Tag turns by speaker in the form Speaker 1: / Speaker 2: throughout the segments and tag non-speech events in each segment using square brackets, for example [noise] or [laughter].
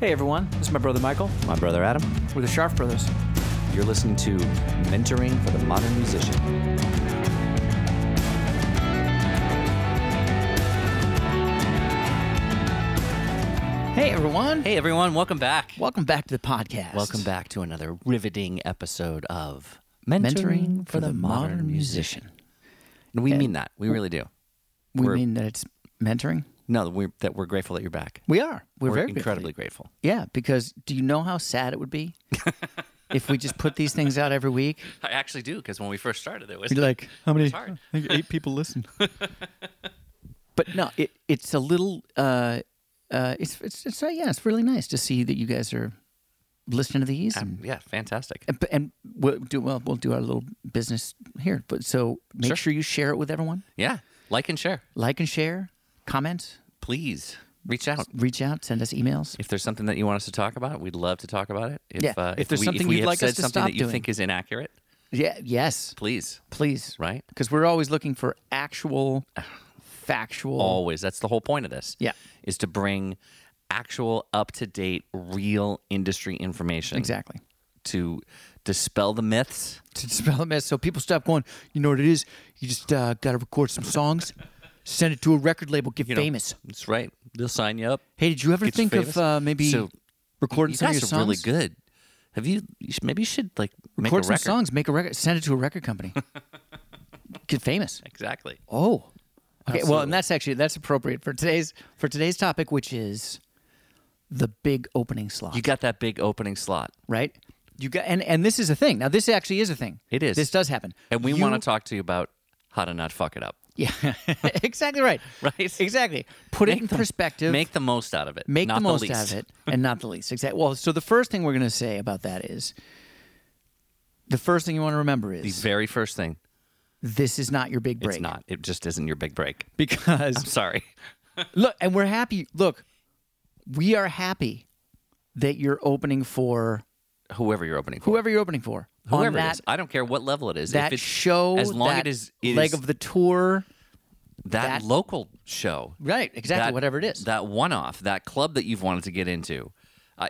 Speaker 1: Hey everyone, this is my brother Michael.
Speaker 2: My brother Adam.
Speaker 1: We're the Sharp Brothers.
Speaker 2: You're listening to Mentoring for the Modern Musician.
Speaker 3: Hey, everyone.
Speaker 2: Hey everyone, welcome back.
Speaker 3: Welcome back to the podcast.
Speaker 2: Welcome back to another riveting episode of Mentoring, for, the, Modern, Musician. And we mean that. We really do.
Speaker 3: We
Speaker 2: We're-
Speaker 3: mean that it's mentoring.
Speaker 2: No, we're, that we're grateful that you're back.
Speaker 3: We are. We're, very grateful.
Speaker 2: incredibly grateful.
Speaker 3: Yeah, because do you know how sad it would be if we just put these things out every week?
Speaker 2: I actually do because when we first started, it was
Speaker 3: You're like, how many?
Speaker 2: hard.
Speaker 3: think eight people listen. [laughs] but no, it, it's a little. Uh, uh, it's it's, it's uh, yeah, it's really nice to see that you guys are listening to these. and-
Speaker 2: Mm, yeah, fantastic.
Speaker 3: and, and we'll do well. We'll do our little business here, but so make
Speaker 2: Sure.
Speaker 3: sure you share it with everyone.
Speaker 2: Yeah, like and share,
Speaker 3: Like and share, comment,
Speaker 2: please. Reach out
Speaker 3: reach out, send us emails.
Speaker 2: if there's something that you want us to talk about. We'd love to talk about it. If,
Speaker 3: Yeah.
Speaker 2: uh,
Speaker 3: If there's
Speaker 2: we,
Speaker 3: something
Speaker 2: if we
Speaker 3: you'd
Speaker 2: have
Speaker 3: like us
Speaker 2: said
Speaker 3: to
Speaker 2: something
Speaker 3: stop
Speaker 2: that you
Speaker 3: doing.
Speaker 2: think is inaccurate,
Speaker 3: Yeah, yes,
Speaker 2: please.
Speaker 3: please,
Speaker 2: Right?
Speaker 3: Because we're always looking for actual, factual.
Speaker 2: always that's the whole point of this
Speaker 3: Yeah.
Speaker 2: is to bring actual up-to-date real industry information
Speaker 3: Exactly.
Speaker 2: to dispel the myths
Speaker 3: To dispel the myth, so people stop going. You know what it is? You just uh, got to record some songs, send it to a record label, get
Speaker 2: you know,
Speaker 3: famous.
Speaker 2: that's right they'll sign you up
Speaker 3: Hey, did you ever
Speaker 2: Get you
Speaker 3: think
Speaker 2: famous.
Speaker 3: of uh, maybe
Speaker 2: So,
Speaker 3: recording
Speaker 2: you
Speaker 3: some of your
Speaker 2: guys
Speaker 3: songs?
Speaker 2: are really good have you, you should, maybe you should like make a
Speaker 3: Record some
Speaker 2: record
Speaker 3: songs, make a record, send it to a record
Speaker 2: [laughs]
Speaker 3: company, get famous.
Speaker 2: exactly
Speaker 3: Oh. Okay, well, and that's actually that's appropriate for today's for today's topic, which is the big opening slot,
Speaker 2: you got that big opening slot
Speaker 3: right? You got and and this is a thing. Now, this actually is a thing.
Speaker 2: It is.
Speaker 3: This does happen,
Speaker 2: and we
Speaker 3: You-
Speaker 2: want to talk to you about how to not fuck it up
Speaker 3: Yeah, [laughs] exactly right.
Speaker 2: [laughs] Right?
Speaker 3: Exactly. Put it in
Speaker 2: the-
Speaker 3: perspective.
Speaker 2: make the most out of it
Speaker 3: make
Speaker 2: not
Speaker 3: the most out
Speaker 2: least.
Speaker 3: of it and not the least. Exactly. Well, so the first thing we're going to say about that is the first thing you want to remember
Speaker 2: the
Speaker 3: is
Speaker 2: very first thing
Speaker 3: this is not your big break.
Speaker 2: it's not it just isn't your big break
Speaker 3: because
Speaker 2: i'm sorry
Speaker 3: Look, and we're happy. Look, we are happy that you're opening for
Speaker 2: whoever you're opening for
Speaker 3: whoever you're opening for on
Speaker 2: whoever
Speaker 3: that
Speaker 2: it is. I don't care what level it is.
Speaker 3: that
Speaker 2: if it's
Speaker 3: show,
Speaker 2: as long
Speaker 3: that
Speaker 2: it is, it
Speaker 3: leg
Speaker 2: is
Speaker 3: of the tour, that-
Speaker 2: that, local show,
Speaker 3: right? Exactly,
Speaker 2: that-
Speaker 3: whatever it is.
Speaker 2: that one-off, that club that you've wanted to get into, I,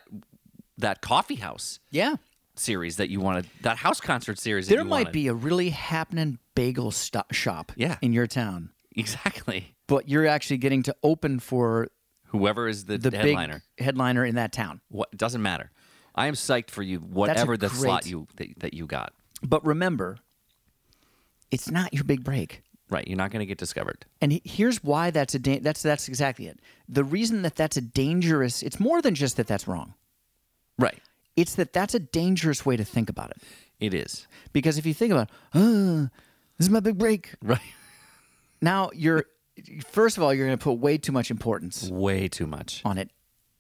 Speaker 2: that coffee house
Speaker 3: yeah,
Speaker 2: series that you wanted, that house concert series. that
Speaker 3: there
Speaker 2: you
Speaker 3: might
Speaker 2: wanted.
Speaker 3: be a really happening bagel sto- shop
Speaker 2: Yeah.
Speaker 3: in your town,
Speaker 2: [laughs] exactly
Speaker 3: but you're actually getting to open for
Speaker 2: whoever is the,
Speaker 3: the
Speaker 2: headliner.
Speaker 3: big headliner in that town.
Speaker 2: What doesn't matter. I am psyched for you, whatever the slot
Speaker 3: great-
Speaker 2: you that, that you got.
Speaker 3: But remember, it's not your big break.
Speaker 2: Right, you're not going to get discovered.
Speaker 3: And he- here's why that's a da- that's that's exactly it. The reason that that's a dangerous it's more than just that that's wrong.
Speaker 2: Right,
Speaker 3: It's that that's a dangerous way to think about it.
Speaker 2: it is.
Speaker 3: Because if you think about, oh, this is my big break.
Speaker 2: Right,
Speaker 3: Now you're first of all you're going to put way too much importance
Speaker 2: way too much.
Speaker 3: on it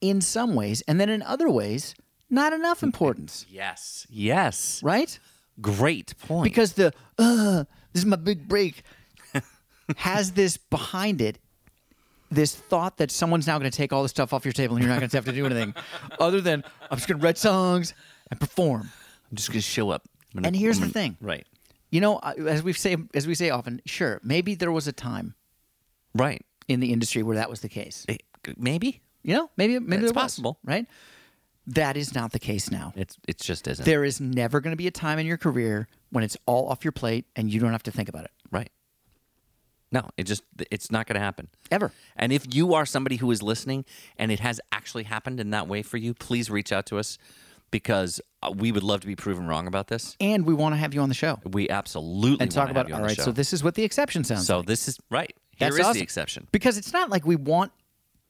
Speaker 3: in some ways and then in other ways not enough importance,
Speaker 2: Yes, yes.
Speaker 3: right?
Speaker 2: Great point.
Speaker 3: Because the uh, this is my big break has this behind it this thought that someone's now going to take all this stuff off your table and you're not going to have to do anything other than I'm just going to write songs and perform.
Speaker 2: I'm just going to show up. I'm gonna-
Speaker 3: And here's the
Speaker 2: I'm gonna-
Speaker 3: thing.
Speaker 2: Right.
Speaker 3: You know, I- as we say as we say often, sure, maybe there was a time
Speaker 2: Right.
Speaker 3: in the industry where that was the case.
Speaker 2: It- maybe
Speaker 3: You know, maybe maybe
Speaker 2: That's
Speaker 3: there was,
Speaker 2: possible.
Speaker 3: right? That is not the case now.
Speaker 2: it's it just isn't.
Speaker 3: There is never going to be a time in your career when it's all off your plate and you don't have to think about it
Speaker 2: right. No, it just it's not going to happen.
Speaker 3: ever.
Speaker 2: And if you are somebody who is listening and it has actually happened in that way for you, please reach out to us because uh, we would love to be proven wrong about this.
Speaker 3: And we want to have you on the show.
Speaker 2: We absolutely
Speaker 3: and talk
Speaker 2: wanna have
Speaker 3: about
Speaker 2: you on
Speaker 3: all
Speaker 2: the
Speaker 3: right.
Speaker 2: show.
Speaker 3: So this is what the exception sounds.
Speaker 2: So this is right. Here
Speaker 3: That's
Speaker 2: is
Speaker 3: awesome.
Speaker 2: the exception.
Speaker 3: because it's not like we want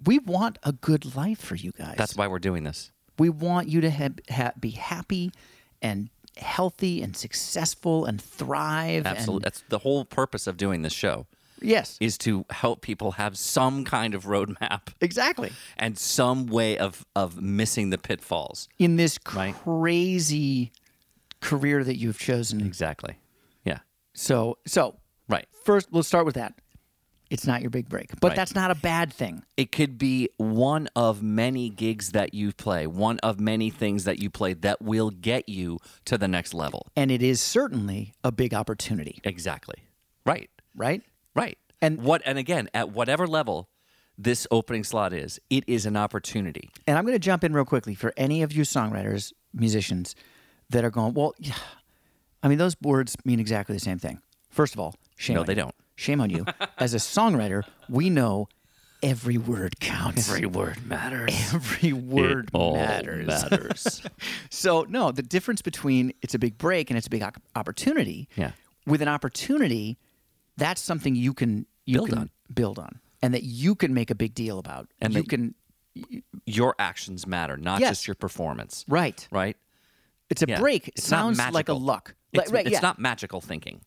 Speaker 3: we want a good life for you guys.
Speaker 2: That's why we're doing this.
Speaker 3: we want you to ha- ha- be happy and healthy and successful and thrive. and-
Speaker 2: Absolutely. That's the whole purpose of doing this show
Speaker 3: yes.
Speaker 2: is to help people have some kind of roadmap
Speaker 3: Exactly.
Speaker 2: and some way of of missing the pitfalls.
Speaker 3: In this
Speaker 2: Right.
Speaker 3: crazy career that you've chosen.
Speaker 2: Exactly. Yeah.
Speaker 3: So so
Speaker 2: Right.
Speaker 3: first we'll start with that. It's not your big break, but
Speaker 2: Right.
Speaker 3: that's not a bad thing.
Speaker 2: It could be one of many gigs that you play, one of many things that you play that will get you to the next level.
Speaker 3: And it is certainly a big opportunity,
Speaker 2: Exactly. Right.
Speaker 3: right?
Speaker 2: Right.
Speaker 3: And-
Speaker 2: what and again, at whatever level, this opening slot is. It is an opportunity.
Speaker 3: And I'm going to jump in real quickly for any of you songwriters, musicians that are going, well, yeah. I mean, those words mean exactly the same thing. First of all, shame
Speaker 2: No,
Speaker 3: on
Speaker 2: they
Speaker 3: you.
Speaker 2: don't.
Speaker 3: Shame on
Speaker 2: [laughs]
Speaker 3: you. As a songwriter, we know every word counts. Every,
Speaker 2: word matters.
Speaker 3: word matters.
Speaker 2: matters.
Speaker 3: So, no, the difference between it's a big break and it's a big op- opportunity.
Speaker 2: Yeah.
Speaker 3: With an opportunity, that's something you can you
Speaker 2: Build
Speaker 3: can
Speaker 2: on.
Speaker 3: build on and that you can make a big deal about.
Speaker 2: And
Speaker 3: you
Speaker 2: that-
Speaker 3: can
Speaker 2: your actions matter, not
Speaker 3: Yes.
Speaker 2: just your performance.
Speaker 3: right.
Speaker 2: Right?
Speaker 3: It's a
Speaker 2: Yeah.
Speaker 3: break. It
Speaker 2: It's not
Speaker 3: sounds like a
Speaker 2: magical.
Speaker 3: luck.
Speaker 2: It's,
Speaker 3: Like, right,
Speaker 2: it's
Speaker 3: yeah.
Speaker 2: not magical thinking.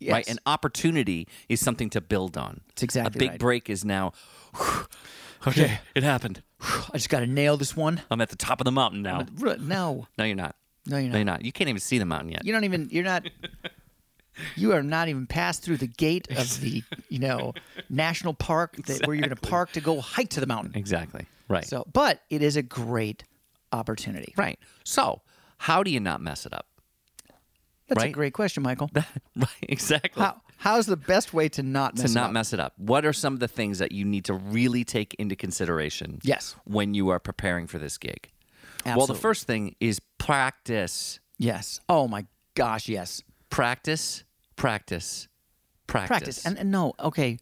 Speaker 3: Yes.
Speaker 2: Right? An opportunity is something to build on.
Speaker 3: It's exactly
Speaker 2: A big
Speaker 3: right.
Speaker 2: break is now, [sighs] okay,
Speaker 3: [laughs]
Speaker 2: it happened.
Speaker 3: [sighs] I just got to nail this one.
Speaker 2: I'm at the top of the mountain now.
Speaker 3: Ru- No,
Speaker 2: No, you're not.
Speaker 3: No, you're
Speaker 2: No, you're not. You can't even see the mountain yet.
Speaker 3: you don't even. You're
Speaker 2: [laughs]
Speaker 3: not. You are not even passed through the gate of the, you
Speaker 2: [laughs]
Speaker 3: know, national park that, where you're going to park to go hike to the mountain.
Speaker 2: Exactly. Right.
Speaker 3: So, but it is a great opportunity.
Speaker 2: right. So, how do you not mess it up? [laughs]
Speaker 3: That's a
Speaker 2: Right.
Speaker 3: great question, Michael.
Speaker 2: right. Exactly.
Speaker 3: How, how's the best way to not mess
Speaker 2: to
Speaker 3: it
Speaker 2: not
Speaker 3: up?
Speaker 2: mess it up. What are some of the things that you need to really take into consideration?
Speaker 3: Yes.
Speaker 2: When you are preparing for this gig. Well,
Speaker 3: Absolutely.
Speaker 2: the first thing is practice,
Speaker 3: Yes. Oh my gosh. Yes.
Speaker 2: practice, practice, practice.
Speaker 3: Practice. And, and no. Okay.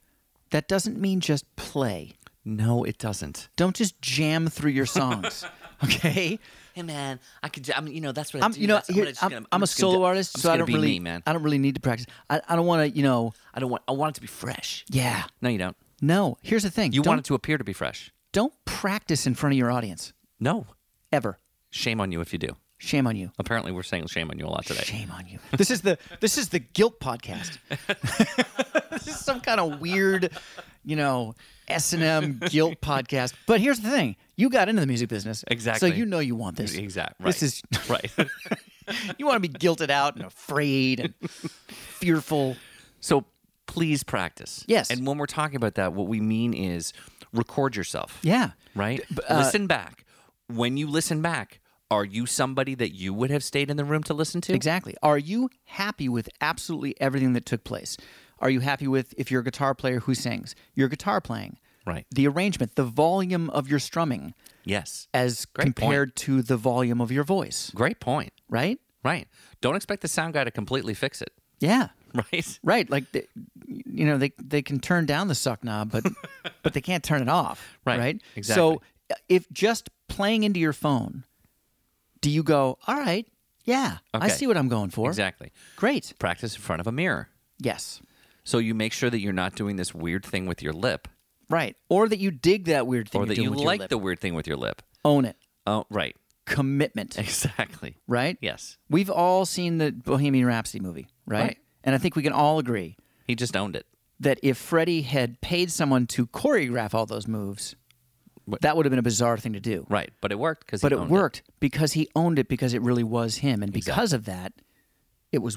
Speaker 3: That doesn't mean just play.
Speaker 2: no, it doesn't.
Speaker 3: Don't just jam through your songs. [laughs] okay.
Speaker 2: Hey man, I could. I'm, you know, that's what
Speaker 3: I'm, you know, here, I'm, I'm a solo artist,
Speaker 2: I'm
Speaker 3: so I don't
Speaker 2: be
Speaker 3: really,
Speaker 2: me, man.
Speaker 3: I don't really need to practice. I, I don't want to, you know.
Speaker 2: I don't want. I want it to be fresh.
Speaker 3: Yeah.
Speaker 2: No, you don't.
Speaker 3: No. Here's the thing.
Speaker 2: You
Speaker 3: don't,
Speaker 2: want it to appear to be fresh.
Speaker 3: Don't practice in front of your audience
Speaker 2: No.
Speaker 3: ever.
Speaker 2: Shame on you if you do.
Speaker 3: Shame on you.
Speaker 2: Apparently, we're saying shame on you a lot today.
Speaker 3: Shame on you. This is the this is the guilt podcast. [laughs] this is some kind of weird, you know, S and M guilt podcast. But here's the thing: you got into the music business,
Speaker 2: Exactly.
Speaker 3: So you know you want this.
Speaker 2: Exactly.
Speaker 3: This is
Speaker 2: [laughs] Right.
Speaker 3: you want to be guilted out and afraid
Speaker 2: [laughs]
Speaker 3: and fearful.
Speaker 2: So please practice.
Speaker 3: Yes.
Speaker 2: And when we're talking about that, what we mean is record yourself.
Speaker 3: Yeah. uh,
Speaker 2: Right? listen back. When you listen back, are you somebody that you would have stayed in the room to listen to?
Speaker 3: Exactly. Are you happy with absolutely everything that took place? Are you happy with if you're a guitar player who sings, your guitar playing,
Speaker 2: Right.
Speaker 3: the arrangement, the volume of your strumming
Speaker 2: Yes.
Speaker 3: as
Speaker 2: Great point.
Speaker 3: compared to the volume of your voice,
Speaker 2: Great point.
Speaker 3: right?
Speaker 2: Right. Don't expect the sound guy to completely fix it. [laughs]
Speaker 3: Yeah.
Speaker 2: Right?
Speaker 3: Right, like they, you know, they they can turn down the suck knob,
Speaker 2: [laughs]
Speaker 3: but but they can't turn it off,
Speaker 2: Right.
Speaker 3: So uh, if just playing into your phone, do you go, "All right, yeah, I
Speaker 2: Okay.
Speaker 3: see what I'm going for."
Speaker 2: Exactly.
Speaker 3: Great.
Speaker 2: Practice in front of a mirror.
Speaker 3: Yes.
Speaker 2: So you make sure that you're not doing this weird thing with your lip
Speaker 3: Right. Or that you dig that weird thing
Speaker 2: or
Speaker 3: you're
Speaker 2: that
Speaker 3: doing
Speaker 2: you
Speaker 3: with
Speaker 2: like
Speaker 3: your lip.
Speaker 2: the weird thing with your lip.
Speaker 3: own it.
Speaker 2: Oh, right. [laughs]
Speaker 3: Commitment,
Speaker 2: Exactly.
Speaker 3: right?
Speaker 2: Yes.
Speaker 3: We've all seen the Bohemian Rhapsody movie, right?
Speaker 2: Right.
Speaker 3: And I think we can all agree
Speaker 2: He just owned it.
Speaker 3: that if Freddie had paid someone to choreograph all those moves, that would have been a bizarre thing to do.
Speaker 2: Right. But it worked because
Speaker 3: But
Speaker 2: he
Speaker 3: it
Speaker 2: owned
Speaker 3: worked because he owned it because it really was him and because of that it was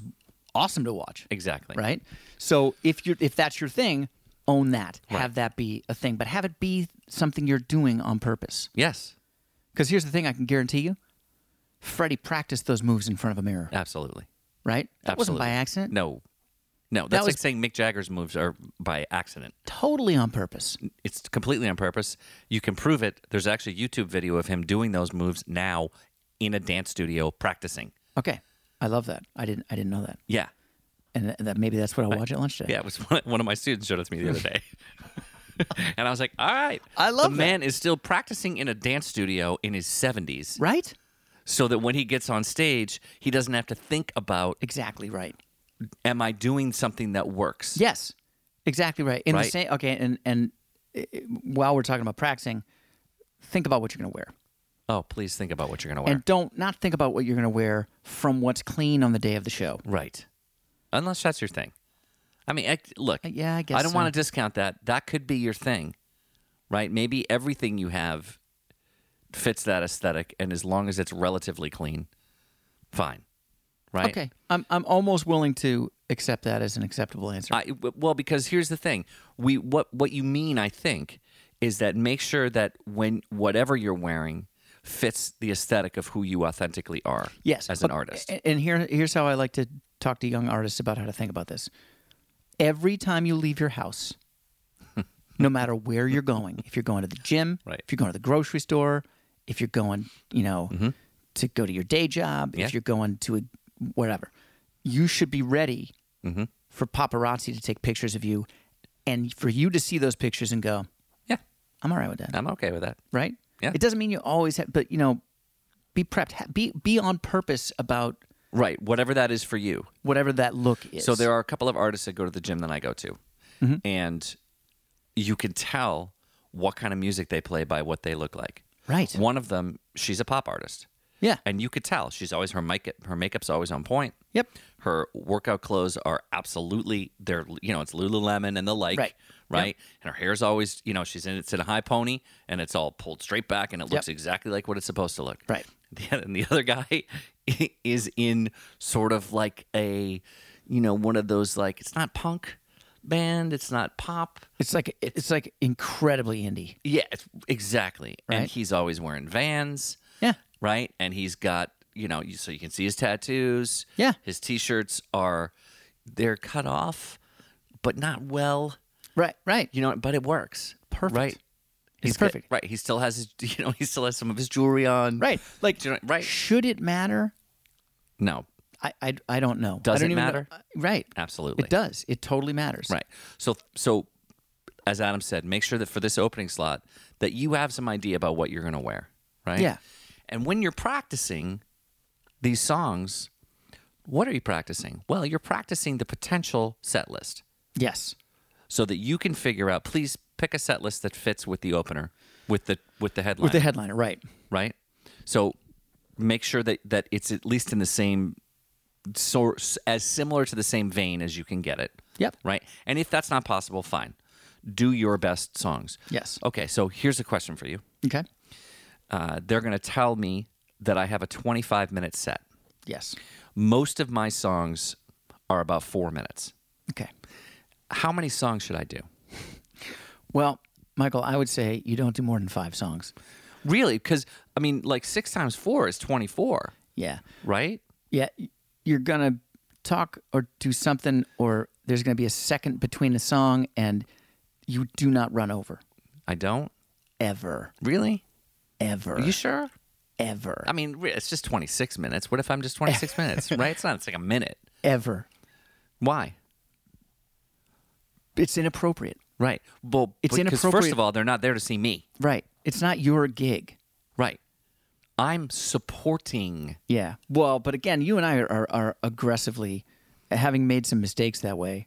Speaker 3: awesome to watch.
Speaker 2: Exactly.
Speaker 3: Right? So if you are if that's your thing, own that. Have that be a thing, but have it be something you're doing on purpose.
Speaker 2: Yes.
Speaker 3: Because here's the thing I can guarantee you Freddie practiced those moves in front of a mirror,
Speaker 2: Absolutely.
Speaker 3: right? That wasn't by
Speaker 2: Absolutely.
Speaker 3: accident.
Speaker 2: No. No, that's
Speaker 3: was-
Speaker 2: like saying Mick Jagger's moves are by accident.
Speaker 3: Totally on purpose.
Speaker 2: It's completely on purpose. You can prove it. There's actually a YouTube video of him doing those moves now in a dance studio practicing.
Speaker 3: Okay. I love that. I didn't I didn't know that.
Speaker 2: Yeah.
Speaker 3: And th- that maybe that's what I'll watch at lunch today.
Speaker 2: Yeah, it was [laughs] one, one of my students showed it to me the other day. [laughs] and I was like, all right.
Speaker 3: I love that.
Speaker 2: The man is still practicing in a dance studio in his 70s
Speaker 3: Right?
Speaker 2: so that when he gets on stage, he doesn't have to think about,
Speaker 3: Exactly right.
Speaker 2: am I doing something that works?
Speaker 3: Yes. Exactly right. In the
Speaker 2: Right.
Speaker 3: same okay, and and uh, while we're talking about practicing, think about what you're going to wear.
Speaker 2: Oh, please think about what you're going to wear.
Speaker 3: And don't not think about what you're going to wear from what's clean on the day of the show.
Speaker 2: Right. Unless that's your thing. I mean, I, look.
Speaker 3: Uh, yeah, I guess
Speaker 2: I don't
Speaker 3: so.
Speaker 2: want to discount that. That could be your thing, right? Maybe everything you have fits that aesthetic, and as long as it's relatively clean, fine. Right.
Speaker 3: Okay. I'm I'm almost willing to accept that as an acceptable answer.
Speaker 2: I, w- well, because here's the thing. We what what you mean, I think, is that make sure that when whatever you're wearing fits the aesthetic of who you authentically are.
Speaker 3: Yes,
Speaker 2: As an
Speaker 3: but- eh,
Speaker 2: artist.
Speaker 3: a- And here, here's how I like to talk
Speaker 2: [laughs]
Speaker 3: to young artists about how to think about this. Every time you leave your house, no matter where you're going. If you're going to the gym,
Speaker 2: Right.
Speaker 3: if you're going to the grocery store, if you're going, you know, to go to your day job,
Speaker 2: Mm-hmm. Yeah.
Speaker 3: if you're going to a, whatever, you should be ready
Speaker 2: Mm-hmm.
Speaker 3: for paparazzi to take pictures of you and for you to see those pictures and go,
Speaker 2: Yeah,
Speaker 3: I'm all right with that
Speaker 2: I'm okay with that.
Speaker 3: right?
Speaker 2: Yeah.
Speaker 3: It doesn't mean you always have, but you know, be prepped. Ha- Be be on purpose about
Speaker 2: Right, whatever that is for you.
Speaker 3: whatever that look is.
Speaker 2: So there are a couple of artists that go to the gym that I go to, and you can tell what kind of music they play by what they look like.
Speaker 3: Right.
Speaker 2: One of them, she's a pop artist,
Speaker 3: Yeah.
Speaker 2: and you could tell she's always her makeup. Her makeup's always on point.
Speaker 3: Yep.
Speaker 2: Her workout clothes are absolutely they're you know it's Lululemon and the like.
Speaker 3: Right.
Speaker 2: Right. And her hair's always you know she's in it's in a high pony and it's all pulled straight back and it looks exactly like what it's supposed to look.
Speaker 3: Right.
Speaker 2: [laughs] The oth- and the other guy [laughs] is in sort of like a, you know, one of those like it's not punk band, it's not pop.
Speaker 3: It's like it's like incredibly indie.
Speaker 2: Yeah, it's, exactly. And
Speaker 3: Right.
Speaker 2: he's always wearing Vans,
Speaker 3: Yeah.
Speaker 2: right? And he's got you know, you, so you can see his tattoos.
Speaker 3: Yeah.
Speaker 2: his t-shirts are they're cut off, but not well.
Speaker 3: Right. Right.
Speaker 2: You know, but it works.
Speaker 3: Perfect.
Speaker 2: Right.
Speaker 3: It's
Speaker 2: got-
Speaker 3: perfect.
Speaker 2: right. He still has his, [laughs] you know, he still has some of his jewelry on.
Speaker 3: Right. Like,
Speaker 2: Do you know- right.
Speaker 3: should it matter?
Speaker 2: No,
Speaker 3: I I, I don't know.
Speaker 2: Does
Speaker 3: I don't
Speaker 2: it
Speaker 3: even know-
Speaker 2: matter?
Speaker 3: uh, right.
Speaker 2: absolutely.
Speaker 3: It does. It totally matters.
Speaker 2: Right. So so as Adam said, make sure that for this opening slot that you have some idea about what you're going to wear, right?
Speaker 3: Yeah.
Speaker 2: And when you're practicing these songs, what are you practicing? Well, you're practicing the potential set list
Speaker 3: Yes.
Speaker 2: so that you can figure out please pick a set list that fits with the opener with the with the headline
Speaker 3: With the headliner. Right.
Speaker 2: right? So make sure that that it's at least in the same source as similar to the same vein as you can get it.
Speaker 3: Yep.
Speaker 2: Right? And if that's not possible, fine. Do your best songs.
Speaker 3: Yes.
Speaker 2: Okay, so here's a question for you.
Speaker 3: Okay.
Speaker 2: Uh, they're going to tell me that I have a 25 minute set.
Speaker 3: Yes.
Speaker 2: Most of my songs are about four minutes.
Speaker 3: Okay.
Speaker 2: How many songs should I do?
Speaker 3: Well, Michael, I would say you don't do more than five songs.
Speaker 2: Really? Because, I mean, like six times four is 24,
Speaker 3: Yeah.
Speaker 2: right?
Speaker 3: Yeah, y- you're gonna talk or do something, or there's gonna be a second between a song, and you do not run over
Speaker 2: I don't.
Speaker 3: ever,
Speaker 2: Really?
Speaker 3: ever,
Speaker 2: Are you sure?
Speaker 3: ever,
Speaker 2: I mean, re- it's just 26 minutes. What if I'm
Speaker 3: [laughs]
Speaker 2: just 26 minutes, right? It's not, it's like a minute.
Speaker 3: ever.
Speaker 2: Why?
Speaker 3: It's inappropriate,
Speaker 2: Right. Well,
Speaker 3: It's
Speaker 2: because First
Speaker 3: inappropriate-
Speaker 2: of all, they're not there to see me.
Speaker 3: right? It's not your gig.
Speaker 2: Right. I'm supporting.
Speaker 3: Yeah. Well, but again, you and I are, are, are aggressively having made some mistakes that way,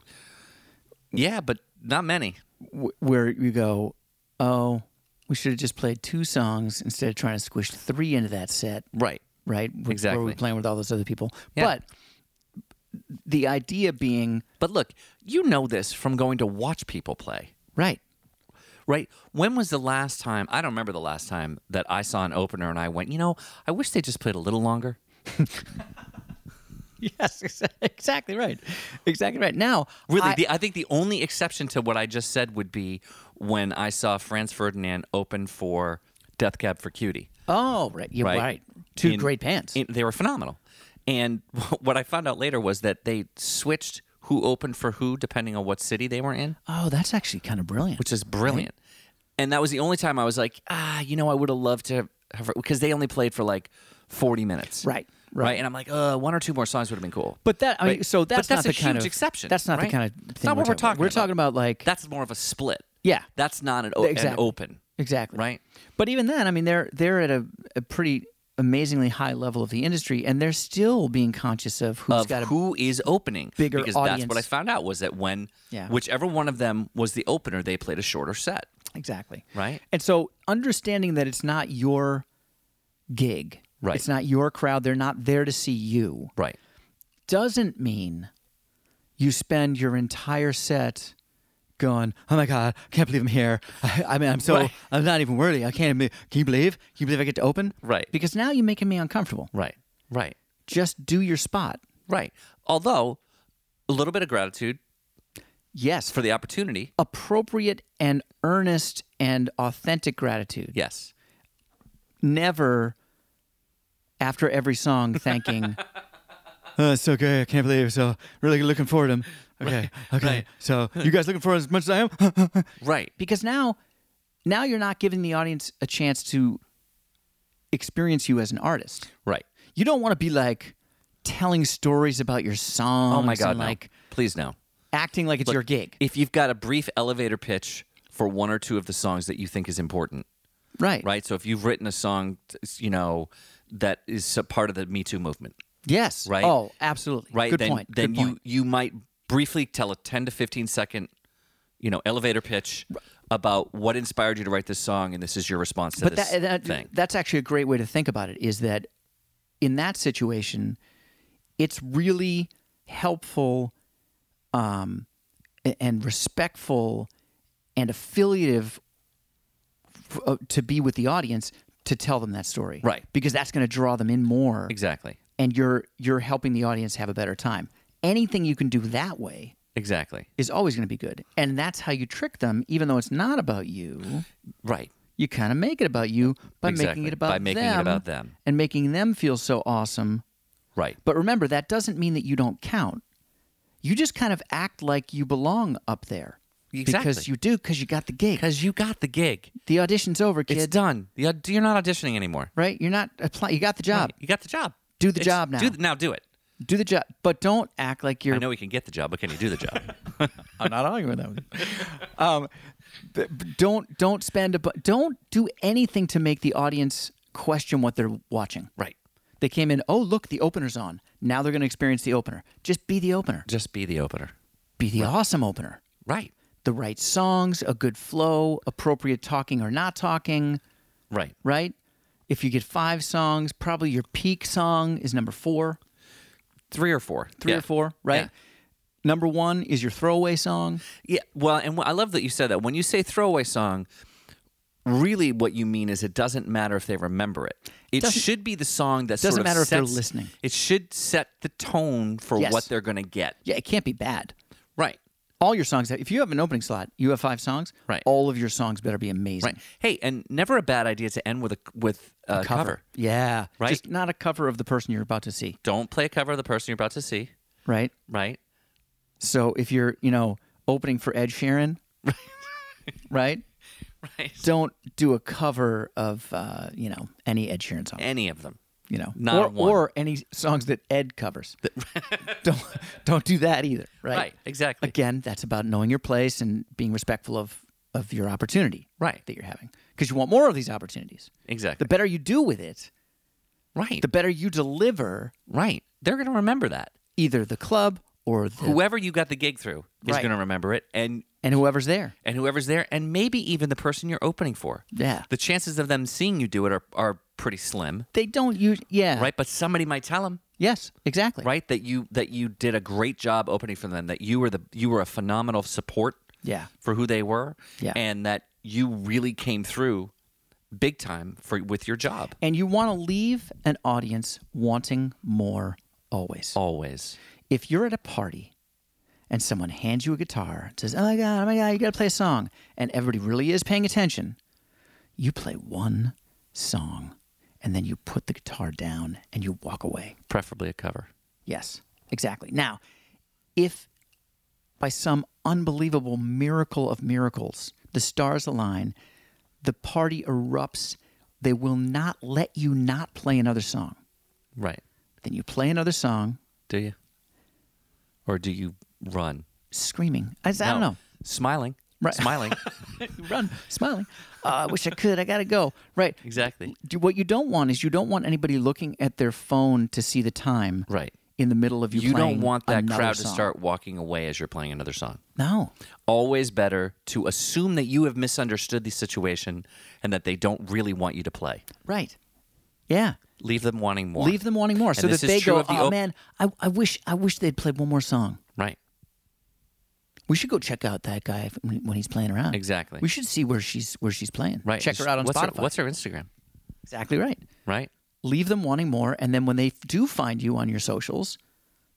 Speaker 2: Yeah, but not many.
Speaker 3: wh- where you go, oh, we should have just played two songs instead of trying to squish three into that set.
Speaker 2: Right.
Speaker 3: right? With- Where
Speaker 2: Exactly.
Speaker 3: we're playing with all those other people.
Speaker 2: Yeah.
Speaker 3: But the idea being,
Speaker 2: But look, you know this from going to watch people play, [laughs]
Speaker 3: right,
Speaker 2: right? When was the last time? I don't remember the last time that I saw an opener and I went, you know, I wish they just played a little longer.
Speaker 3: yes, exa- exactly right, exactly right. Now,
Speaker 2: Really,
Speaker 3: I-
Speaker 2: the, I think the only exception to what I just said would be when I saw Franz Ferdinand open for Death Cab for Cutie.
Speaker 3: oh, right, you're
Speaker 2: right?
Speaker 3: right. Two
Speaker 2: In-
Speaker 3: great pants.
Speaker 2: in- they were phenomenal. And [laughs] what I found out later was that they switched who opened for who depending on what city they were in,
Speaker 3: oh, that's actually kind of brilliant.
Speaker 2: which is brilliant. And that was the only time I was like, ah, you know, I would have loved to have because they only played for like forty minutes,
Speaker 3: Right,
Speaker 2: Right,
Speaker 3: right.
Speaker 2: and I'm like, uh, one or two more songs would have been cool.
Speaker 3: but that, I mean,
Speaker 2: Right.
Speaker 3: so
Speaker 2: But
Speaker 3: that's,
Speaker 2: that's
Speaker 3: not
Speaker 2: a
Speaker 3: the kind
Speaker 2: huge
Speaker 3: of
Speaker 2: exception,
Speaker 3: That's not
Speaker 2: right?
Speaker 3: the kind of thing.
Speaker 2: It's not
Speaker 3: we're
Speaker 2: what we're
Speaker 3: about. We're
Speaker 2: talking
Speaker 3: talking about like
Speaker 2: that's more of a split.
Speaker 3: Yeah.
Speaker 2: that's not an, o- an
Speaker 3: Exactly.
Speaker 2: open,
Speaker 3: exactly
Speaker 2: right?
Speaker 3: But even then, I mean, they're they're at a, a pretty amazingly high level of the industry, and they're still being conscious of who's
Speaker 2: of
Speaker 3: got a
Speaker 2: who is opening
Speaker 3: bigger
Speaker 2: because that's what
Speaker 3: audience.
Speaker 2: I found out was that when
Speaker 3: Yeah.
Speaker 2: whichever one of them was the opener, they played a shorter set.
Speaker 3: Exactly.
Speaker 2: Right?
Speaker 3: And so understanding that it's not your gig,
Speaker 2: Right.
Speaker 3: It's not your crowd. They're not there to see you.
Speaker 2: Right.
Speaker 3: Doesn't mean you spend your entire set going, "Oh my god, I can't believe I'm here." I, I mean, I'm so
Speaker 2: Right.
Speaker 3: I'm not even worthy. I can't. even- Can you believe? Can you believe I get to open?
Speaker 2: Right.
Speaker 3: Because now you're making me uncomfortable.
Speaker 2: Right. Right.
Speaker 3: Just do your spot.
Speaker 2: Right. Although a little bit of gratitude
Speaker 3: Yes.
Speaker 2: for the opportunity.
Speaker 3: appropriate and earnest and authentic gratitude.
Speaker 2: Yes. [laughs]
Speaker 3: never after every song thanking oh, it's so great. I can't believe it. So really looking forward to him. Okay. okay.
Speaker 2: right.
Speaker 3: So you guys looking forward as much as I am? [laughs]
Speaker 2: Right.
Speaker 3: because now now you're not giving the audience a chance to experience you as an artist.
Speaker 2: Right.
Speaker 3: You don't want to be like telling stories about your songs
Speaker 2: Oh my God.
Speaker 3: and
Speaker 2: no.
Speaker 3: like
Speaker 2: Please no.
Speaker 3: acting like it's your gig.
Speaker 2: If you've got a brief elevator pitch for one or two of the songs that you think is important,
Speaker 3: right.
Speaker 2: right? So if you've written a song, you know, that is a part of the Me Too movement,
Speaker 3: Yes.
Speaker 2: Right?
Speaker 3: Oh, absolutely.
Speaker 2: right?
Speaker 3: Good
Speaker 2: then
Speaker 3: point.
Speaker 2: then
Speaker 3: Good
Speaker 2: you
Speaker 3: point.
Speaker 2: you might briefly tell a 10 to 15 second, you know, elevator pitch about what inspired you to write this song and this is your response to
Speaker 3: but
Speaker 2: this
Speaker 3: that, that
Speaker 2: thing.
Speaker 3: that's actually a great way to think about it is that in that situation it's really helpful um, a- and respectful and affiliative f- uh, to be with the audience to tell them that story
Speaker 2: Right.
Speaker 3: because that's going to draw them in more
Speaker 2: Exactly.
Speaker 3: and you're you're helping the audience have a better time anything you can do that way
Speaker 2: Exactly.
Speaker 3: is always going to be good and that's how you trick them even though it's not about you
Speaker 2: Right.
Speaker 3: you kind of make it about you by
Speaker 2: Exactly,
Speaker 3: making it about
Speaker 2: by making it
Speaker 3: them
Speaker 2: about them.
Speaker 3: and making them feel so awesome.
Speaker 2: Right.
Speaker 3: But remember, that doesn't mean that you don't count. You just kind of act like you belong up there because
Speaker 2: Exactly.
Speaker 3: you do because you got the gig.
Speaker 2: Because you got the gig.
Speaker 3: The audition's over,
Speaker 2: It's
Speaker 3: kid.
Speaker 2: done. The aud- You're not auditioning anymore.
Speaker 3: Right? You're not applying. You got the job.
Speaker 2: Right. You got the job.
Speaker 3: Do the job now.
Speaker 2: Do, now do it.
Speaker 3: Do the job, but don't act like you're.
Speaker 2: I know we can get the job, but can you do the job?
Speaker 3: [laughs] I'm not arguing with that. One. um, b- b- don't don't spend a. Bu- don't do anything to make the audience question what they're watching.
Speaker 2: right.
Speaker 3: They came in, oh, look, the opener's on. Now they're going to experience the opener. Just be the opener.
Speaker 2: Just be the opener.
Speaker 3: Be the awesome opener.
Speaker 2: Right.
Speaker 3: The right songs, a good flow, appropriate talking or not talking,
Speaker 2: Right.
Speaker 3: right? If you get five songs, probably your peak song is number four,
Speaker 2: Three or four.
Speaker 3: three or four, right?
Speaker 2: Yeah.
Speaker 3: Number one is your throwaway song.
Speaker 2: Yeah. Well, and wh- I love that you said that. When you say throwaway song, really what you mean is it doesn't matter if they remember it. It
Speaker 3: Doesn't-
Speaker 2: should be the song that
Speaker 3: doesn't
Speaker 2: sort of
Speaker 3: matter if they're
Speaker 2: sets-
Speaker 3: listening.
Speaker 2: It should set the tone for
Speaker 3: Yes.
Speaker 2: what they're going to get.
Speaker 3: Yeah, it can't be bad.
Speaker 2: Right.
Speaker 3: All your songs, if you have an opening slot, you have five songs,
Speaker 2: Right.
Speaker 3: all of your songs better be amazing.
Speaker 2: Right. Hey, and never a bad idea to end with a with a, cover.
Speaker 3: Yeah.
Speaker 2: Right.
Speaker 3: Just not a cover of the person you're about to see,
Speaker 2: Don't play a cover of the person you're about to see.
Speaker 3: right?
Speaker 2: Right.
Speaker 3: So if you're, you know, opening for Ed
Speaker 2: [laughs]
Speaker 3: Sheeran, right?
Speaker 2: Right.
Speaker 3: Don't do a cover of, uh, you know, any Ed Sheeran song,
Speaker 2: Any of them.
Speaker 3: you know,
Speaker 2: not
Speaker 3: or,
Speaker 2: one.
Speaker 3: or any songs that Ed covers. [laughs]
Speaker 2: [laughs]
Speaker 3: don't don't do that either, right?
Speaker 2: Right. Exactly.
Speaker 3: Again, that's about knowing your place and being respectful of of your opportunity,
Speaker 2: Right.
Speaker 3: That you're having, because you want more of these opportunities.
Speaker 2: Exactly.
Speaker 3: The better you do with it,
Speaker 2: right.
Speaker 3: the better you deliver
Speaker 2: right. They're going to remember that.
Speaker 3: either the club or the,
Speaker 2: Whoever you got the gig through is
Speaker 3: Right.
Speaker 2: going to remember it, and
Speaker 3: and whoever's there.
Speaker 2: and whoever's there, and maybe even the person you're opening for.
Speaker 3: Yeah,
Speaker 2: The chances of them seeing you do it are, are pretty slim,
Speaker 3: they don't use. Yeah,
Speaker 2: right? But somebody might tell them,
Speaker 3: Yes, exactly.
Speaker 2: right, that you that you did a great job opening for them, that you were the you were a phenomenal support
Speaker 3: Yeah.
Speaker 2: for who they were,
Speaker 3: Yeah.
Speaker 2: and that you really came through big time for with your job
Speaker 3: And you want to leave an audience wanting more always.
Speaker 2: always.
Speaker 3: If you're at a party and someone hands you a guitar and says, Oh my God, oh my God, you got to play a song, and everybody really is paying attention, you play one song and then you put the guitar down and you walk away.
Speaker 2: Preferably a cover.
Speaker 3: Yes, exactly. Now, if by some unbelievable miracle of miracles, the stars align, the party erupts, they will not let you not play another song.
Speaker 2: Right.
Speaker 3: Then you play another song
Speaker 2: Do you? Or do you run?
Speaker 3: screaming. I, I don't
Speaker 2: No.
Speaker 3: know.
Speaker 2: Smiling.
Speaker 3: Right. [laughs]
Speaker 2: Smiling.
Speaker 3: You run, smiling. Uh, I wish I could. I got to go. Right.
Speaker 2: exactly.
Speaker 3: Do- What you don't want is you don't want anybody looking at their phone to see the time
Speaker 2: Right.
Speaker 3: in the middle of you
Speaker 2: You
Speaker 3: playing
Speaker 2: don't want that
Speaker 3: another
Speaker 2: crowd to
Speaker 3: song.
Speaker 2: start walking away as you're playing another song.
Speaker 3: No.
Speaker 2: Always better to assume that you have misunderstood the situation and that they don't really want you to play.
Speaker 3: Right. Yeah.
Speaker 2: Leave them wanting more.
Speaker 3: Leave them wanting more, so that
Speaker 2: this is
Speaker 3: they
Speaker 2: true
Speaker 3: go,
Speaker 2: of the
Speaker 3: "Oh
Speaker 2: op-
Speaker 3: man, I, I wish I wish they'd played one more song.
Speaker 2: Right.
Speaker 3: We should go check out that guy if- when he's playing around.
Speaker 2: Exactly.
Speaker 3: We should see where she's where she's playing.
Speaker 2: Right.
Speaker 3: Check her out on
Speaker 2: what's
Speaker 3: Spotify.
Speaker 2: Her, what's her Instagram?
Speaker 3: exactly right.
Speaker 2: Right.
Speaker 3: Leave them wanting more, and then when they f- do find you on your socials,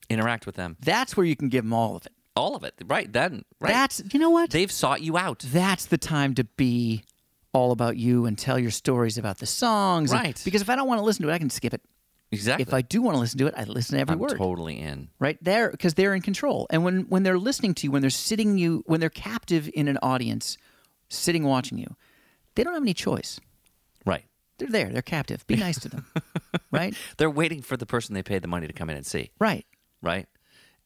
Speaker 2: Interact with them.
Speaker 3: that's where you can give them all of it.
Speaker 2: All of it. Right. Then. Right.
Speaker 3: That's you know what?
Speaker 2: They've sought you out.
Speaker 3: that's the time to be all about you and tell your stories about the songs. and-
Speaker 2: Right.
Speaker 3: because if I don't want to listen to it, I can skip it.
Speaker 2: Exactly.
Speaker 3: If I do want to listen to it, I listen to every
Speaker 2: I'm
Speaker 3: word
Speaker 2: totally in.
Speaker 3: right there because they're in control. And when when they're listening to you, when they're sitting you, when they're captive in an audience, sitting watching you, they don't have any choice.
Speaker 2: Right.
Speaker 3: They're there. They're captive. Be nice to
Speaker 2: [laughs]
Speaker 3: them, right?
Speaker 2: They're waiting for the person they paid the money to come in and see.
Speaker 3: Right.
Speaker 2: Right.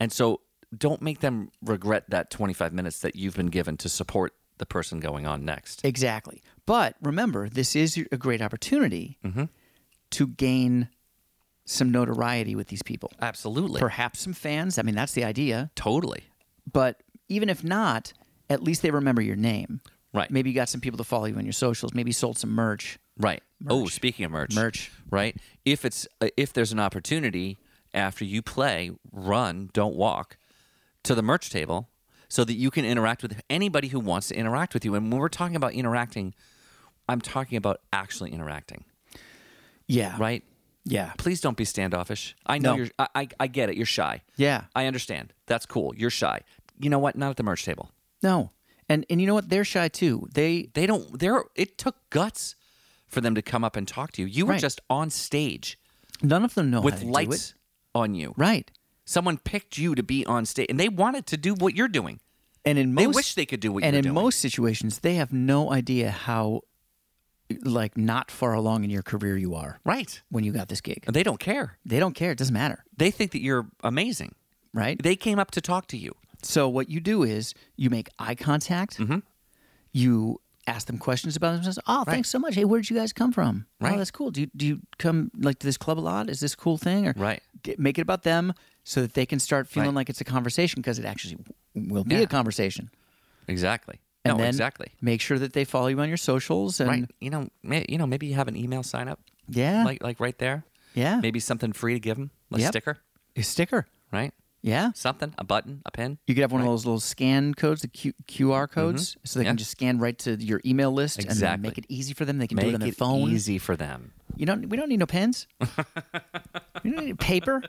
Speaker 2: And so don't make them regret that 25 minutes that you've been given to support the person going on next.
Speaker 3: Exactly. But remember, this is a great opportunity
Speaker 2: Mm-hmm.
Speaker 3: to gain some notoriety with these people.
Speaker 2: Absolutely.
Speaker 3: Perhaps some fans. I mean, that's the idea.
Speaker 2: Totally.
Speaker 3: But even if not, at least they remember your name.
Speaker 2: Right.
Speaker 3: Maybe you got some people to follow you on your socials. Maybe you sold some merch.
Speaker 2: Right. Oh, speaking of merch,
Speaker 3: Merch.
Speaker 2: Right. If it's uh, if there's an opportunity after you play, run, don't walk, to the merch table, so that you can interact with anybody who wants to interact with you. And when we're talking about interacting, I'm talking about actually interacting.
Speaker 3: Yeah.
Speaker 2: Right.
Speaker 3: Yeah.
Speaker 2: Please don't be standoffish. I know
Speaker 3: No.
Speaker 2: you're. I, I I get it. You're shy.
Speaker 3: Yeah.
Speaker 2: I understand. That's cool. You're shy. You know what? Not at the merch table.
Speaker 3: No. And and you know what? They're shy too. They
Speaker 2: They don't. They're. It took guts for them to come up and talk to you. You were
Speaker 3: Right.
Speaker 2: just on stage
Speaker 3: none of them know how
Speaker 2: with
Speaker 3: to do
Speaker 2: lights
Speaker 3: it.
Speaker 2: on you.
Speaker 3: Right.
Speaker 2: Someone picked you to be on stage, and they wanted to do what you're doing.
Speaker 3: And in most
Speaker 2: They wish they could do what
Speaker 3: and
Speaker 2: you're
Speaker 3: in
Speaker 2: doing.
Speaker 3: most situations they have no idea how like not far along in your career you are
Speaker 2: right?
Speaker 3: when you got this gig.
Speaker 2: And they don't care.
Speaker 3: They don't care. It doesn't matter.
Speaker 2: They think that you're amazing.
Speaker 3: Right.
Speaker 2: They came up to talk to you.
Speaker 3: So what you do is you make eye contact.
Speaker 2: Mm-hmm.
Speaker 3: You ask them questions about themselves. Oh, thanks so much. Hey, where did you guys come from?
Speaker 2: Right.
Speaker 3: Oh, that's cool. Do you, do you come like to this club a lot? Is this a cool thing? Or
Speaker 2: Right.
Speaker 3: get, make it about them so that they can start feeling
Speaker 2: Right.
Speaker 3: like it's a conversation because it actually w- will be
Speaker 2: Yeah.
Speaker 3: a conversation.
Speaker 2: Exactly.
Speaker 3: And
Speaker 2: no,
Speaker 3: then
Speaker 2: exactly.
Speaker 3: Make sure that they follow you on your socials and
Speaker 2: Right. You know. May, you know. Maybe you have an email sign up.
Speaker 3: yeah,
Speaker 2: Like like right there.
Speaker 3: yeah,
Speaker 2: Maybe something free to give them. A
Speaker 3: Yep.
Speaker 2: sticker.
Speaker 3: a sticker.
Speaker 2: Right.
Speaker 3: Yeah.
Speaker 2: Something. A button. A pin.
Speaker 3: You could have one of those little scan codes, the Q- QR codes, so they
Speaker 2: Mm-hmm. Yeah.
Speaker 3: can just scan right to your email list and
Speaker 2: Exactly.
Speaker 3: make it easy for them. They can
Speaker 2: Make
Speaker 3: do it on their phone.
Speaker 2: easy for them.
Speaker 3: You don't. We don't need no
Speaker 2: [laughs]
Speaker 3: pens. we don't need paper.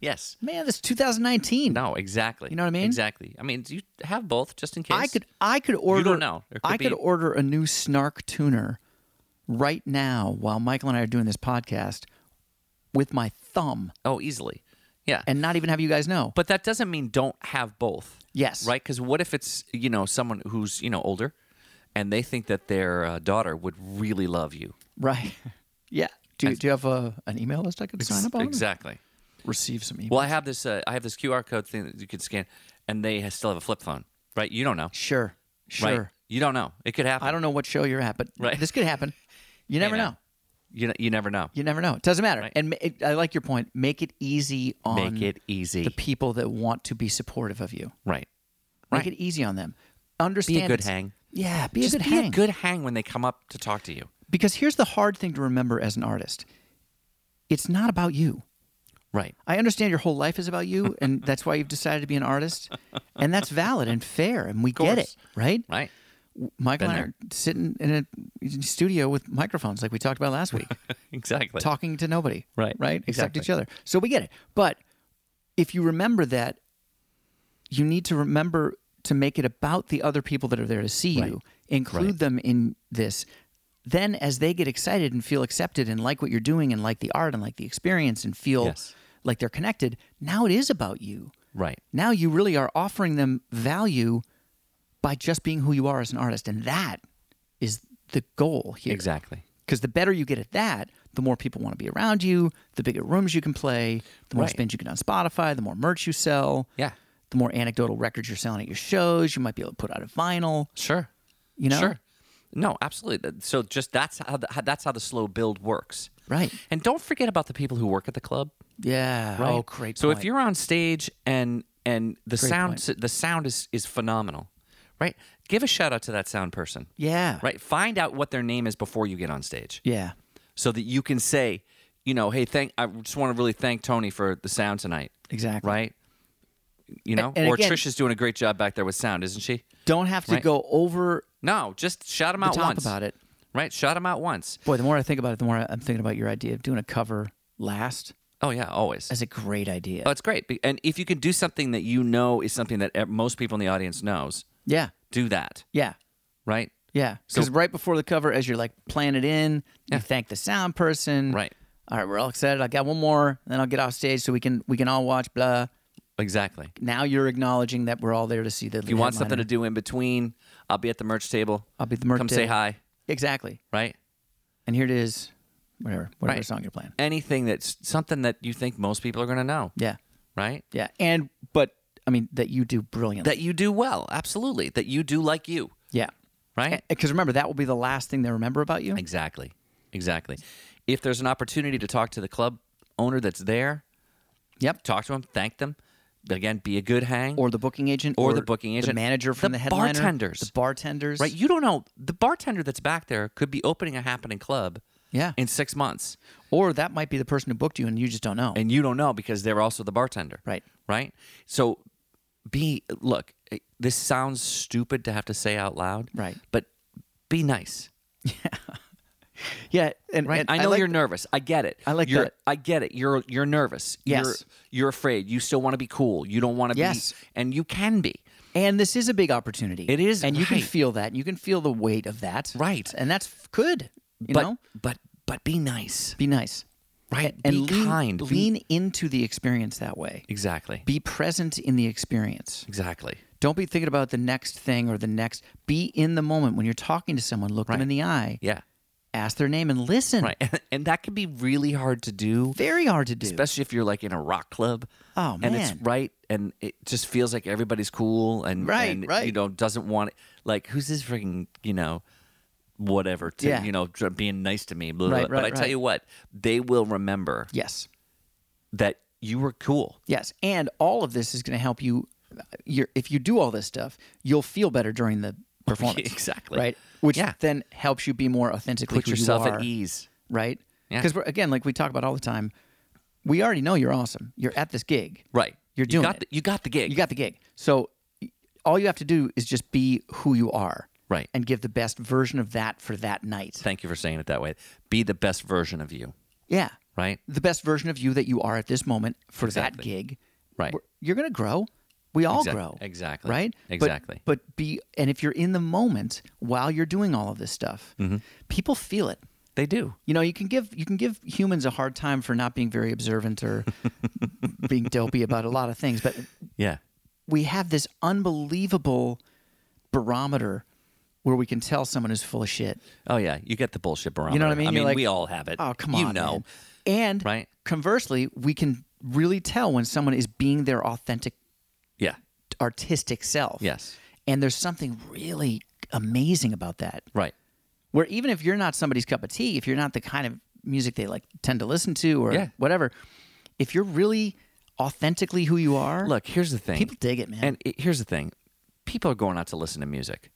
Speaker 2: Yes.
Speaker 3: Man, this is 2019.
Speaker 2: No. Exactly. You
Speaker 3: know what I mean?
Speaker 2: Exactly. I mean, you have both just in case.
Speaker 3: I could. I could order.
Speaker 2: know. There could
Speaker 3: I
Speaker 2: be-
Speaker 3: could order a new Snark tuner right now while Michael and I are doing this podcast with my thumb
Speaker 2: Oh, easily. Yeah.
Speaker 3: and not even have you guys know.
Speaker 2: But that doesn't mean don't have both.
Speaker 3: Yes.
Speaker 2: Right? Because what if it's, you know, someone who's, you know, older and they think that their uh, daughter would really love you?
Speaker 3: right. [laughs] yeah. Do, do you have a, an email list I could sign up on?
Speaker 2: Exactly.
Speaker 3: Receive some email.
Speaker 2: Well, I have this, uh, I have this QR code thing that you could scan and they ha- still have a flip phone, right? You don't know.
Speaker 3: Sure. Sure.
Speaker 2: Right? You don't know. It could happen.
Speaker 3: I don't know what show you're at, but
Speaker 2: Right.
Speaker 3: this could
Speaker 2: [laughs]
Speaker 3: happen. You never
Speaker 2: know.
Speaker 3: know.
Speaker 2: You, kn- you never know.
Speaker 3: You never know. It doesn't matter.
Speaker 2: Right.
Speaker 3: And ma- it, I like your point. Make it easy on
Speaker 2: Make it easy.
Speaker 3: the people that want to be supportive of you.
Speaker 2: right.
Speaker 3: Make it easy on them. Understand.
Speaker 2: Be a good
Speaker 3: it's-
Speaker 2: hang.
Speaker 3: Yeah, be
Speaker 2: Just
Speaker 3: a good
Speaker 2: be
Speaker 3: hang.
Speaker 2: a good hang when they come up to talk to you.
Speaker 3: because here's the hard thing to remember as an artist. It's not about you.
Speaker 2: Right.
Speaker 3: I understand your whole life is about
Speaker 2: [laughs]
Speaker 3: you, and that's why you've decided to be an artist, and that's valid and fair, and we get it,
Speaker 2: course.
Speaker 3: right?
Speaker 2: Right.
Speaker 3: Michael
Speaker 2: Been
Speaker 3: and I are sitting in a studio with microphones, like we talked about last week.
Speaker 2: Exactly.
Speaker 3: talking to nobody.
Speaker 2: Right.
Speaker 3: Right. Except
Speaker 2: Exactly.
Speaker 3: each other. So we get it. But if you remember that, you need to remember to make it about the other people that are there to see you, include
Speaker 2: Right.
Speaker 3: them in this. Then, as they get excited and feel accepted and like what you're doing and like the art and like the experience and feel
Speaker 2: Yes.
Speaker 3: like they're connected, now it is about you.
Speaker 2: Right.
Speaker 3: Now you really are offering them value by just being who you are as an artist. And that is the goal here.
Speaker 2: Exactly.
Speaker 3: Because the better you get at that, the more people want to be around you, the bigger rooms you can play, the more
Speaker 2: Right.
Speaker 3: spins you get on Spotify, the more merch you sell.
Speaker 2: Yeah.
Speaker 3: The more anecdotal records you're selling at your shows, you might be able to put out a vinyl.
Speaker 2: Sure.
Speaker 3: You know?
Speaker 2: Sure. No, absolutely. Th- So just that's how, the, how that's how the slow build works.
Speaker 3: Right.
Speaker 2: And don't forget about the people who work at the club.
Speaker 3: Yeah.
Speaker 2: Right?
Speaker 3: Oh, great.
Speaker 2: So if
Speaker 3: point.
Speaker 2: you're on stage and and the sound the sound is is phenomenal, right? Give a shout out to that sound person.
Speaker 3: yeah,
Speaker 2: Right? Find out what their name is before you get on stage
Speaker 3: yeah,
Speaker 2: so that you can say, you know, hey, thank I just want to really thank Tony for the sound tonight.
Speaker 3: exactly.
Speaker 2: Right? You know,
Speaker 3: and
Speaker 2: or
Speaker 3: again-
Speaker 2: Trisha's doing a great job back there with sound, isn't she?
Speaker 3: Don't have to
Speaker 2: Right.
Speaker 3: go over
Speaker 2: No, just shout them
Speaker 3: the
Speaker 2: out
Speaker 3: top
Speaker 2: once.
Speaker 3: about it.
Speaker 2: Right? Shout them out once.
Speaker 3: Boy, the more I think about it, the more I'm thinking about your idea of doing a cover last.
Speaker 2: Oh yeah, always.
Speaker 3: That's a great idea.
Speaker 2: Oh, it's great. Be- And if you can do something that you know is something that e- most people in the audience knows,
Speaker 3: yeah,
Speaker 2: do that,
Speaker 3: yeah.
Speaker 2: right?
Speaker 3: Yeah,
Speaker 2: So-
Speaker 3: because right before the cover, as you're like playing it in,
Speaker 2: Yeah.
Speaker 3: you thank the sound person.
Speaker 2: Right.
Speaker 3: All right, we're all excited. I got one more, then I'll get off stage so we can we can all watch. Blah.
Speaker 2: Exactly.
Speaker 3: Now you're acknowledging that we're all there to see the.
Speaker 2: If you want something to do in between, I'll be at the merch table.
Speaker 3: I'll be at the merch
Speaker 2: Come say
Speaker 3: table.
Speaker 2: hi,
Speaker 3: exactly.
Speaker 2: right?
Speaker 3: And here it is, whatever whatever
Speaker 2: Right.
Speaker 3: song you're playing.
Speaker 2: Anything that's something that you think most people are going to know,
Speaker 3: Yeah,
Speaker 2: right?
Speaker 3: yeah. And but I mean that you do brilliantly.
Speaker 2: That you do well, absolutely. That you do like you,
Speaker 3: yeah,
Speaker 2: right?
Speaker 3: because remember that will be the last thing they remember about you.
Speaker 2: Exactly. Exactly. If there's an opportunity to talk to the club owner that's there,
Speaker 3: Yep.
Speaker 2: talk to them, thank them. Again, be a good hang.
Speaker 3: Or the booking agent,
Speaker 2: Or the booking agent.
Speaker 3: the manager from
Speaker 2: The
Speaker 3: the, headliner,
Speaker 2: bartenders.
Speaker 3: the bartenders,
Speaker 2: right? You don't know the bartender that's back there could be opening a happening club
Speaker 3: Yeah.
Speaker 2: in 6 months
Speaker 3: Or that might be the person who booked you and you just don't know.
Speaker 2: and you don't know because they're also the bartender.
Speaker 3: Right.
Speaker 2: Right? So be look, eh, this sounds stupid to have to say out loud.
Speaker 3: Right.
Speaker 2: But be nice.
Speaker 3: yeah, and,
Speaker 2: Right.
Speaker 3: and
Speaker 2: I know
Speaker 3: like-
Speaker 2: you're nervous. I get it.
Speaker 3: I like
Speaker 2: you're,
Speaker 3: that.
Speaker 2: I get it. You're you're nervous. You're,
Speaker 3: Yes.
Speaker 2: you're afraid. You still want to be cool. You don't want to
Speaker 3: Yes.
Speaker 2: be and you can be.
Speaker 3: And this is a big opportunity.
Speaker 2: It is,
Speaker 3: and you can
Speaker 2: right.
Speaker 3: feel that. You can feel the weight of that,
Speaker 2: Right.
Speaker 3: And that's f- good. You
Speaker 2: but
Speaker 3: know,
Speaker 2: but but be nice.
Speaker 3: be nice,
Speaker 2: Right.
Speaker 3: and
Speaker 2: be
Speaker 3: lean,
Speaker 2: kind. Be-
Speaker 3: Lean into the experience that way.
Speaker 2: exactly.
Speaker 3: Be present in the experience.
Speaker 2: exactly.
Speaker 3: Don't be thinking about the next thing or the next. Be in the moment when you're talking to someone. Look them in the eye.
Speaker 2: Yeah.
Speaker 3: Ask their name and listen.
Speaker 2: Right. [laughs] And, that can be really hard to do.
Speaker 3: Very hard to do.
Speaker 2: especially if you're like in a rock club.
Speaker 3: Oh,
Speaker 2: And it's
Speaker 3: man.
Speaker 2: right, and it just feels like everybody's cool, and
Speaker 3: Right,
Speaker 2: and, you
Speaker 3: right.
Speaker 2: know doesn't want like who's this freaking you know whatever to
Speaker 3: Yeah.
Speaker 2: you know dr- being nice to me. Blah, blah,
Speaker 3: Right,
Speaker 2: blah. but
Speaker 3: right,
Speaker 2: I tell
Speaker 3: right.
Speaker 2: you what, they will remember
Speaker 3: yes.
Speaker 2: that you were cool.
Speaker 3: Yes, and all of this is going to help you. You're, if you do all this stuff, you'll feel better during
Speaker 2: [laughs]
Speaker 3: the performance.
Speaker 2: Exactly.
Speaker 3: Right. Which
Speaker 2: Yeah.
Speaker 3: then helps you be more authentically
Speaker 2: Put
Speaker 3: who you
Speaker 2: yourself
Speaker 3: are,
Speaker 2: at ease.
Speaker 3: Right.
Speaker 2: Yeah.
Speaker 3: Because again, like we talk about all the time, we already know you're awesome. You're at this gig.
Speaker 2: Right.
Speaker 3: You're
Speaker 2: you
Speaker 3: doing
Speaker 2: got
Speaker 3: it.
Speaker 2: The, you got the gig.
Speaker 3: You got the gig. So y- all you have to do is just be who you are.
Speaker 2: Right.
Speaker 3: And give the best version of that for that night.
Speaker 2: Thank you for saying it that way. Be the best version of you.
Speaker 3: Yeah.
Speaker 2: Right.
Speaker 3: The best version of you that you are at this moment for that
Speaker 2: Exactly.
Speaker 3: gig.
Speaker 2: Right.
Speaker 3: We're- You're going to grow. We all
Speaker 2: Exac-
Speaker 3: grow.
Speaker 2: exactly.
Speaker 3: Right? But-
Speaker 2: Exactly.
Speaker 3: But, be, and if you're in the moment while you're doing all of this stuff,
Speaker 2: Mm-hmm.
Speaker 3: people feel it.
Speaker 2: They do.
Speaker 3: You know, you can give you can give humans a hard time for not being very observant or [laughs] being dopey about a lot of things, but
Speaker 2: Yeah.
Speaker 3: we have this unbelievable barometer where we can tell someone who's full of shit.
Speaker 2: Oh yeah. You get the bullshit barometer.
Speaker 3: You know what I mean?
Speaker 2: I
Speaker 3: You're
Speaker 2: mean,
Speaker 3: like,
Speaker 2: we all have it.
Speaker 3: Oh, come
Speaker 2: You
Speaker 3: on.
Speaker 2: know.
Speaker 3: man." And
Speaker 2: Right.
Speaker 3: conversely, we can really tell when someone is being their authentic
Speaker 2: Yeah.
Speaker 3: artistic self.
Speaker 2: Yes.
Speaker 3: And there's something really amazing about that.
Speaker 2: Right.
Speaker 3: Where even if you're not somebody's cup of tea, if you're not the kind of music they like tend to listen to or
Speaker 2: Yeah.
Speaker 3: whatever, if you're really authentically who you are,
Speaker 2: Look, here's the thing.
Speaker 3: people dig it, man.
Speaker 2: And it, here's the thing people are going out to listen to music,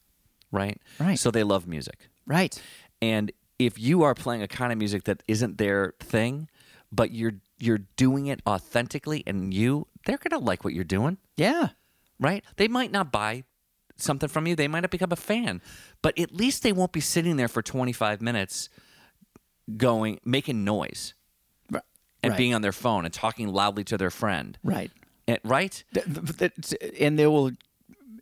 Speaker 2: right?
Speaker 3: Right.
Speaker 2: So they love music.
Speaker 3: right.
Speaker 2: And if you are playing a kind of music that isn't their thing, but you're you're doing it authentically and you, they're going to like what you're doing,
Speaker 3: Yeah.
Speaker 2: right? They might not buy something from you, they might not become a fan, but at least they won't be sitting there for 25 minutes going making noise
Speaker 3: Right.
Speaker 2: and
Speaker 3: Right.
Speaker 2: being on their phone and talking loudly to their friend.
Speaker 3: Right.
Speaker 2: And- right?
Speaker 3: Th- th- th- and they will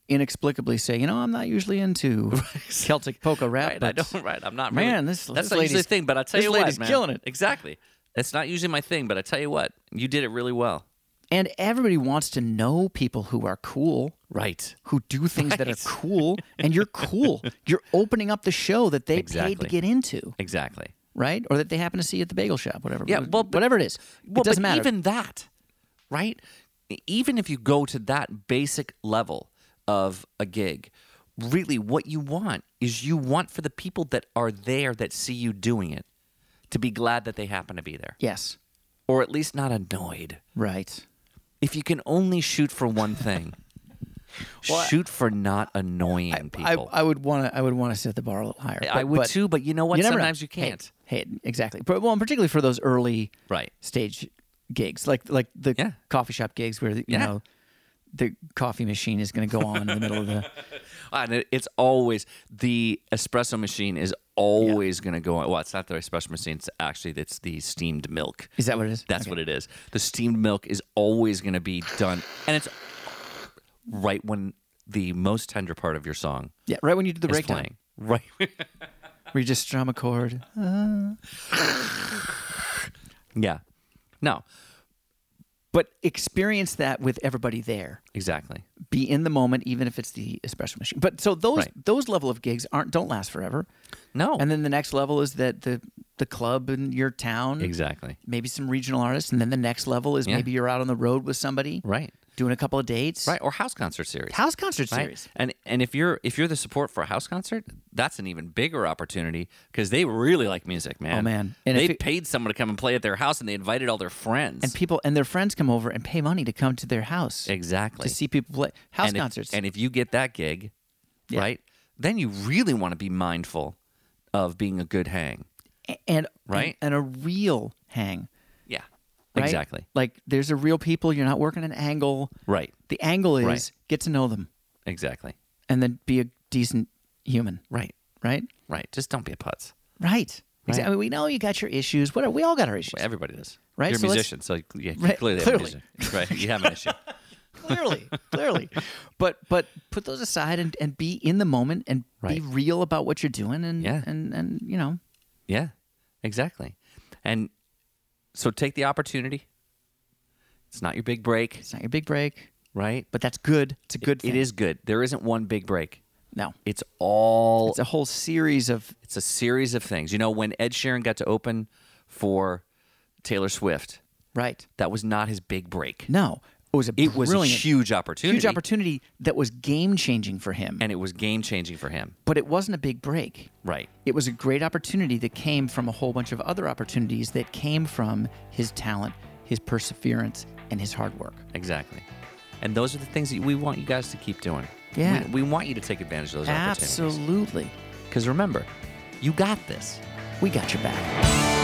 Speaker 3: inexplicably say, you know, I'm not usually [laughs] into Celtic polka rap,
Speaker 2: Right, I
Speaker 3: but
Speaker 2: don't. [laughs] Right, I'm not.
Speaker 3: Man,
Speaker 2: really-
Speaker 3: this-
Speaker 2: that's
Speaker 3: this
Speaker 2: not usually the
Speaker 3: lady's-
Speaker 2: thing. But I tell
Speaker 3: this
Speaker 2: you what,
Speaker 3: lady's
Speaker 2: man.
Speaker 3: killing it.
Speaker 2: Exactly. That's not usually my thing, but I tell you what, you did it really well.
Speaker 3: and everybody wants to know people who are cool,
Speaker 2: Right.
Speaker 3: who do things that are cool, and you're [laughs] cool. You're opening up the show that they paid
Speaker 2: Exactly.
Speaker 3: to get into,
Speaker 2: Exactly.
Speaker 3: right? Or that they happen to see at the bagel shop, whatever.
Speaker 2: Yeah, well, but-
Speaker 3: whatever it is,
Speaker 2: Well,
Speaker 3: it doesn't
Speaker 2: but
Speaker 3: matter.
Speaker 2: Even that, right? E, Even if you go to that basic level of a gig, really, what you want is you want for the people that are there that see you doing it to be glad that they happen to be there,
Speaker 3: yes,
Speaker 2: or at least not annoyed.
Speaker 3: right.
Speaker 2: If you can only shoot for one thing. [laughs] Shoot for not annoying
Speaker 3: I,
Speaker 2: people.
Speaker 3: I would want to. I would want to set the bar a little higher.
Speaker 2: I would too, but you know what?
Speaker 3: You never know.
Speaker 2: Sometimes you
Speaker 3: Hey,
Speaker 2: can't.
Speaker 3: Hey, exactly. But, well, and particularly for those early
Speaker 2: Right.
Speaker 3: stage gigs, like like the
Speaker 2: Yeah.
Speaker 3: coffee shop gigs, where you
Speaker 2: Yeah.
Speaker 3: know the coffee machine is going to go on in the middle of [laughs] the.
Speaker 2: And it, it's always the espresso machine is always going to go on. Well, it's not the espresso machine. It's actually it's the steamed milk.
Speaker 3: Is that what it is?
Speaker 2: That's what it is. The steamed milk is always going to be done, and it's right when the most tender part of your song
Speaker 3: Yeah, right when you do the
Speaker 2: is
Speaker 3: breakdown,
Speaker 2: playing. Right. [laughs]
Speaker 3: where you just strum a chord. Ah.
Speaker 2: Yeah. No.
Speaker 3: But experience that with everybody there.
Speaker 2: Exactly.
Speaker 3: Be in the moment, even if it's the espresso machine. But so those
Speaker 2: Right.
Speaker 3: those level of gigs aren't don't last forever.
Speaker 2: No.
Speaker 3: And then the next level is that the the club in your town,
Speaker 2: exactly.
Speaker 3: maybe some regional artists, and then the next level is
Speaker 2: Yeah.
Speaker 3: maybe you're out on the road with somebody,
Speaker 2: Right.
Speaker 3: doing a couple of dates,
Speaker 2: Right. Or house concert series.
Speaker 3: House concert
Speaker 2: right?
Speaker 3: series.
Speaker 2: And and if you're if you're the support for a house concert, that's an even bigger opportunity because they really like music, man.
Speaker 3: Oh, man. And
Speaker 2: they
Speaker 3: if it-
Speaker 2: paid someone to come and play at their house, and they invited all their friends.
Speaker 3: And people and their friends come over and pay money to come to their house
Speaker 2: exactly.
Speaker 3: to see people play house
Speaker 2: and
Speaker 3: concerts.
Speaker 2: If, and if you get that gig,
Speaker 3: Yeah.
Speaker 2: right, then you really want to be mindful of being a good hang.
Speaker 3: A- and
Speaker 2: Right?
Speaker 3: and, and a real hang
Speaker 2: Yeah.
Speaker 3: right?
Speaker 2: Exactly.
Speaker 3: like there's a real people you're not working an angle
Speaker 2: Right.
Speaker 3: the angle is
Speaker 2: Right.
Speaker 3: get to know them
Speaker 2: Exactly.
Speaker 3: and then be a decent human
Speaker 2: Right.
Speaker 3: right
Speaker 2: Right. Just don't be a putz.
Speaker 3: right Exa-
Speaker 2: Right.
Speaker 3: I mean, we know you got your issues what we all got our issues
Speaker 2: Everybody does.
Speaker 3: Right,
Speaker 2: You're
Speaker 3: so
Speaker 2: a
Speaker 3: let's-
Speaker 2: musician, so yeah, you
Speaker 3: Right,
Speaker 2: clearly,
Speaker 3: clearly.
Speaker 2: Have an issue. right. You have
Speaker 3: [laughs]
Speaker 2: an issue. [laughs]
Speaker 3: clearly clearly but but put those aside and, and be in the moment and be
Speaker 2: Right.
Speaker 3: real about what you're doing and
Speaker 2: Yeah.
Speaker 3: and and you know
Speaker 2: Yeah, exactly. And so take the opportunity. It's not your big break,
Speaker 3: it's not your big break
Speaker 2: right?
Speaker 3: but that's good it's a good thing
Speaker 2: It is good. There isn't one big break.
Speaker 3: no
Speaker 2: It's all
Speaker 3: it's a whole series of
Speaker 2: it's a series of things. You know, when Ed Sheeran got to open for Taylor Swift,
Speaker 3: right
Speaker 2: that was not his big break.
Speaker 3: no it was a
Speaker 2: It was
Speaker 3: brilliant,
Speaker 2: a huge opportunity.
Speaker 3: huge opportunity that was game changing for him.
Speaker 2: And it was game changing for him.
Speaker 3: but it wasn't a big break.
Speaker 2: Right.
Speaker 3: It was a great opportunity that came from a whole bunch of other opportunities that came from his talent, his perseverance, and his hard work.
Speaker 2: Exactly. And those are the things that we want you guys to keep doing.
Speaker 3: Yeah.
Speaker 2: We, we want you to take advantage of those opportunities.
Speaker 3: Absolutely.
Speaker 2: Because remember, you got this.
Speaker 3: We got your back.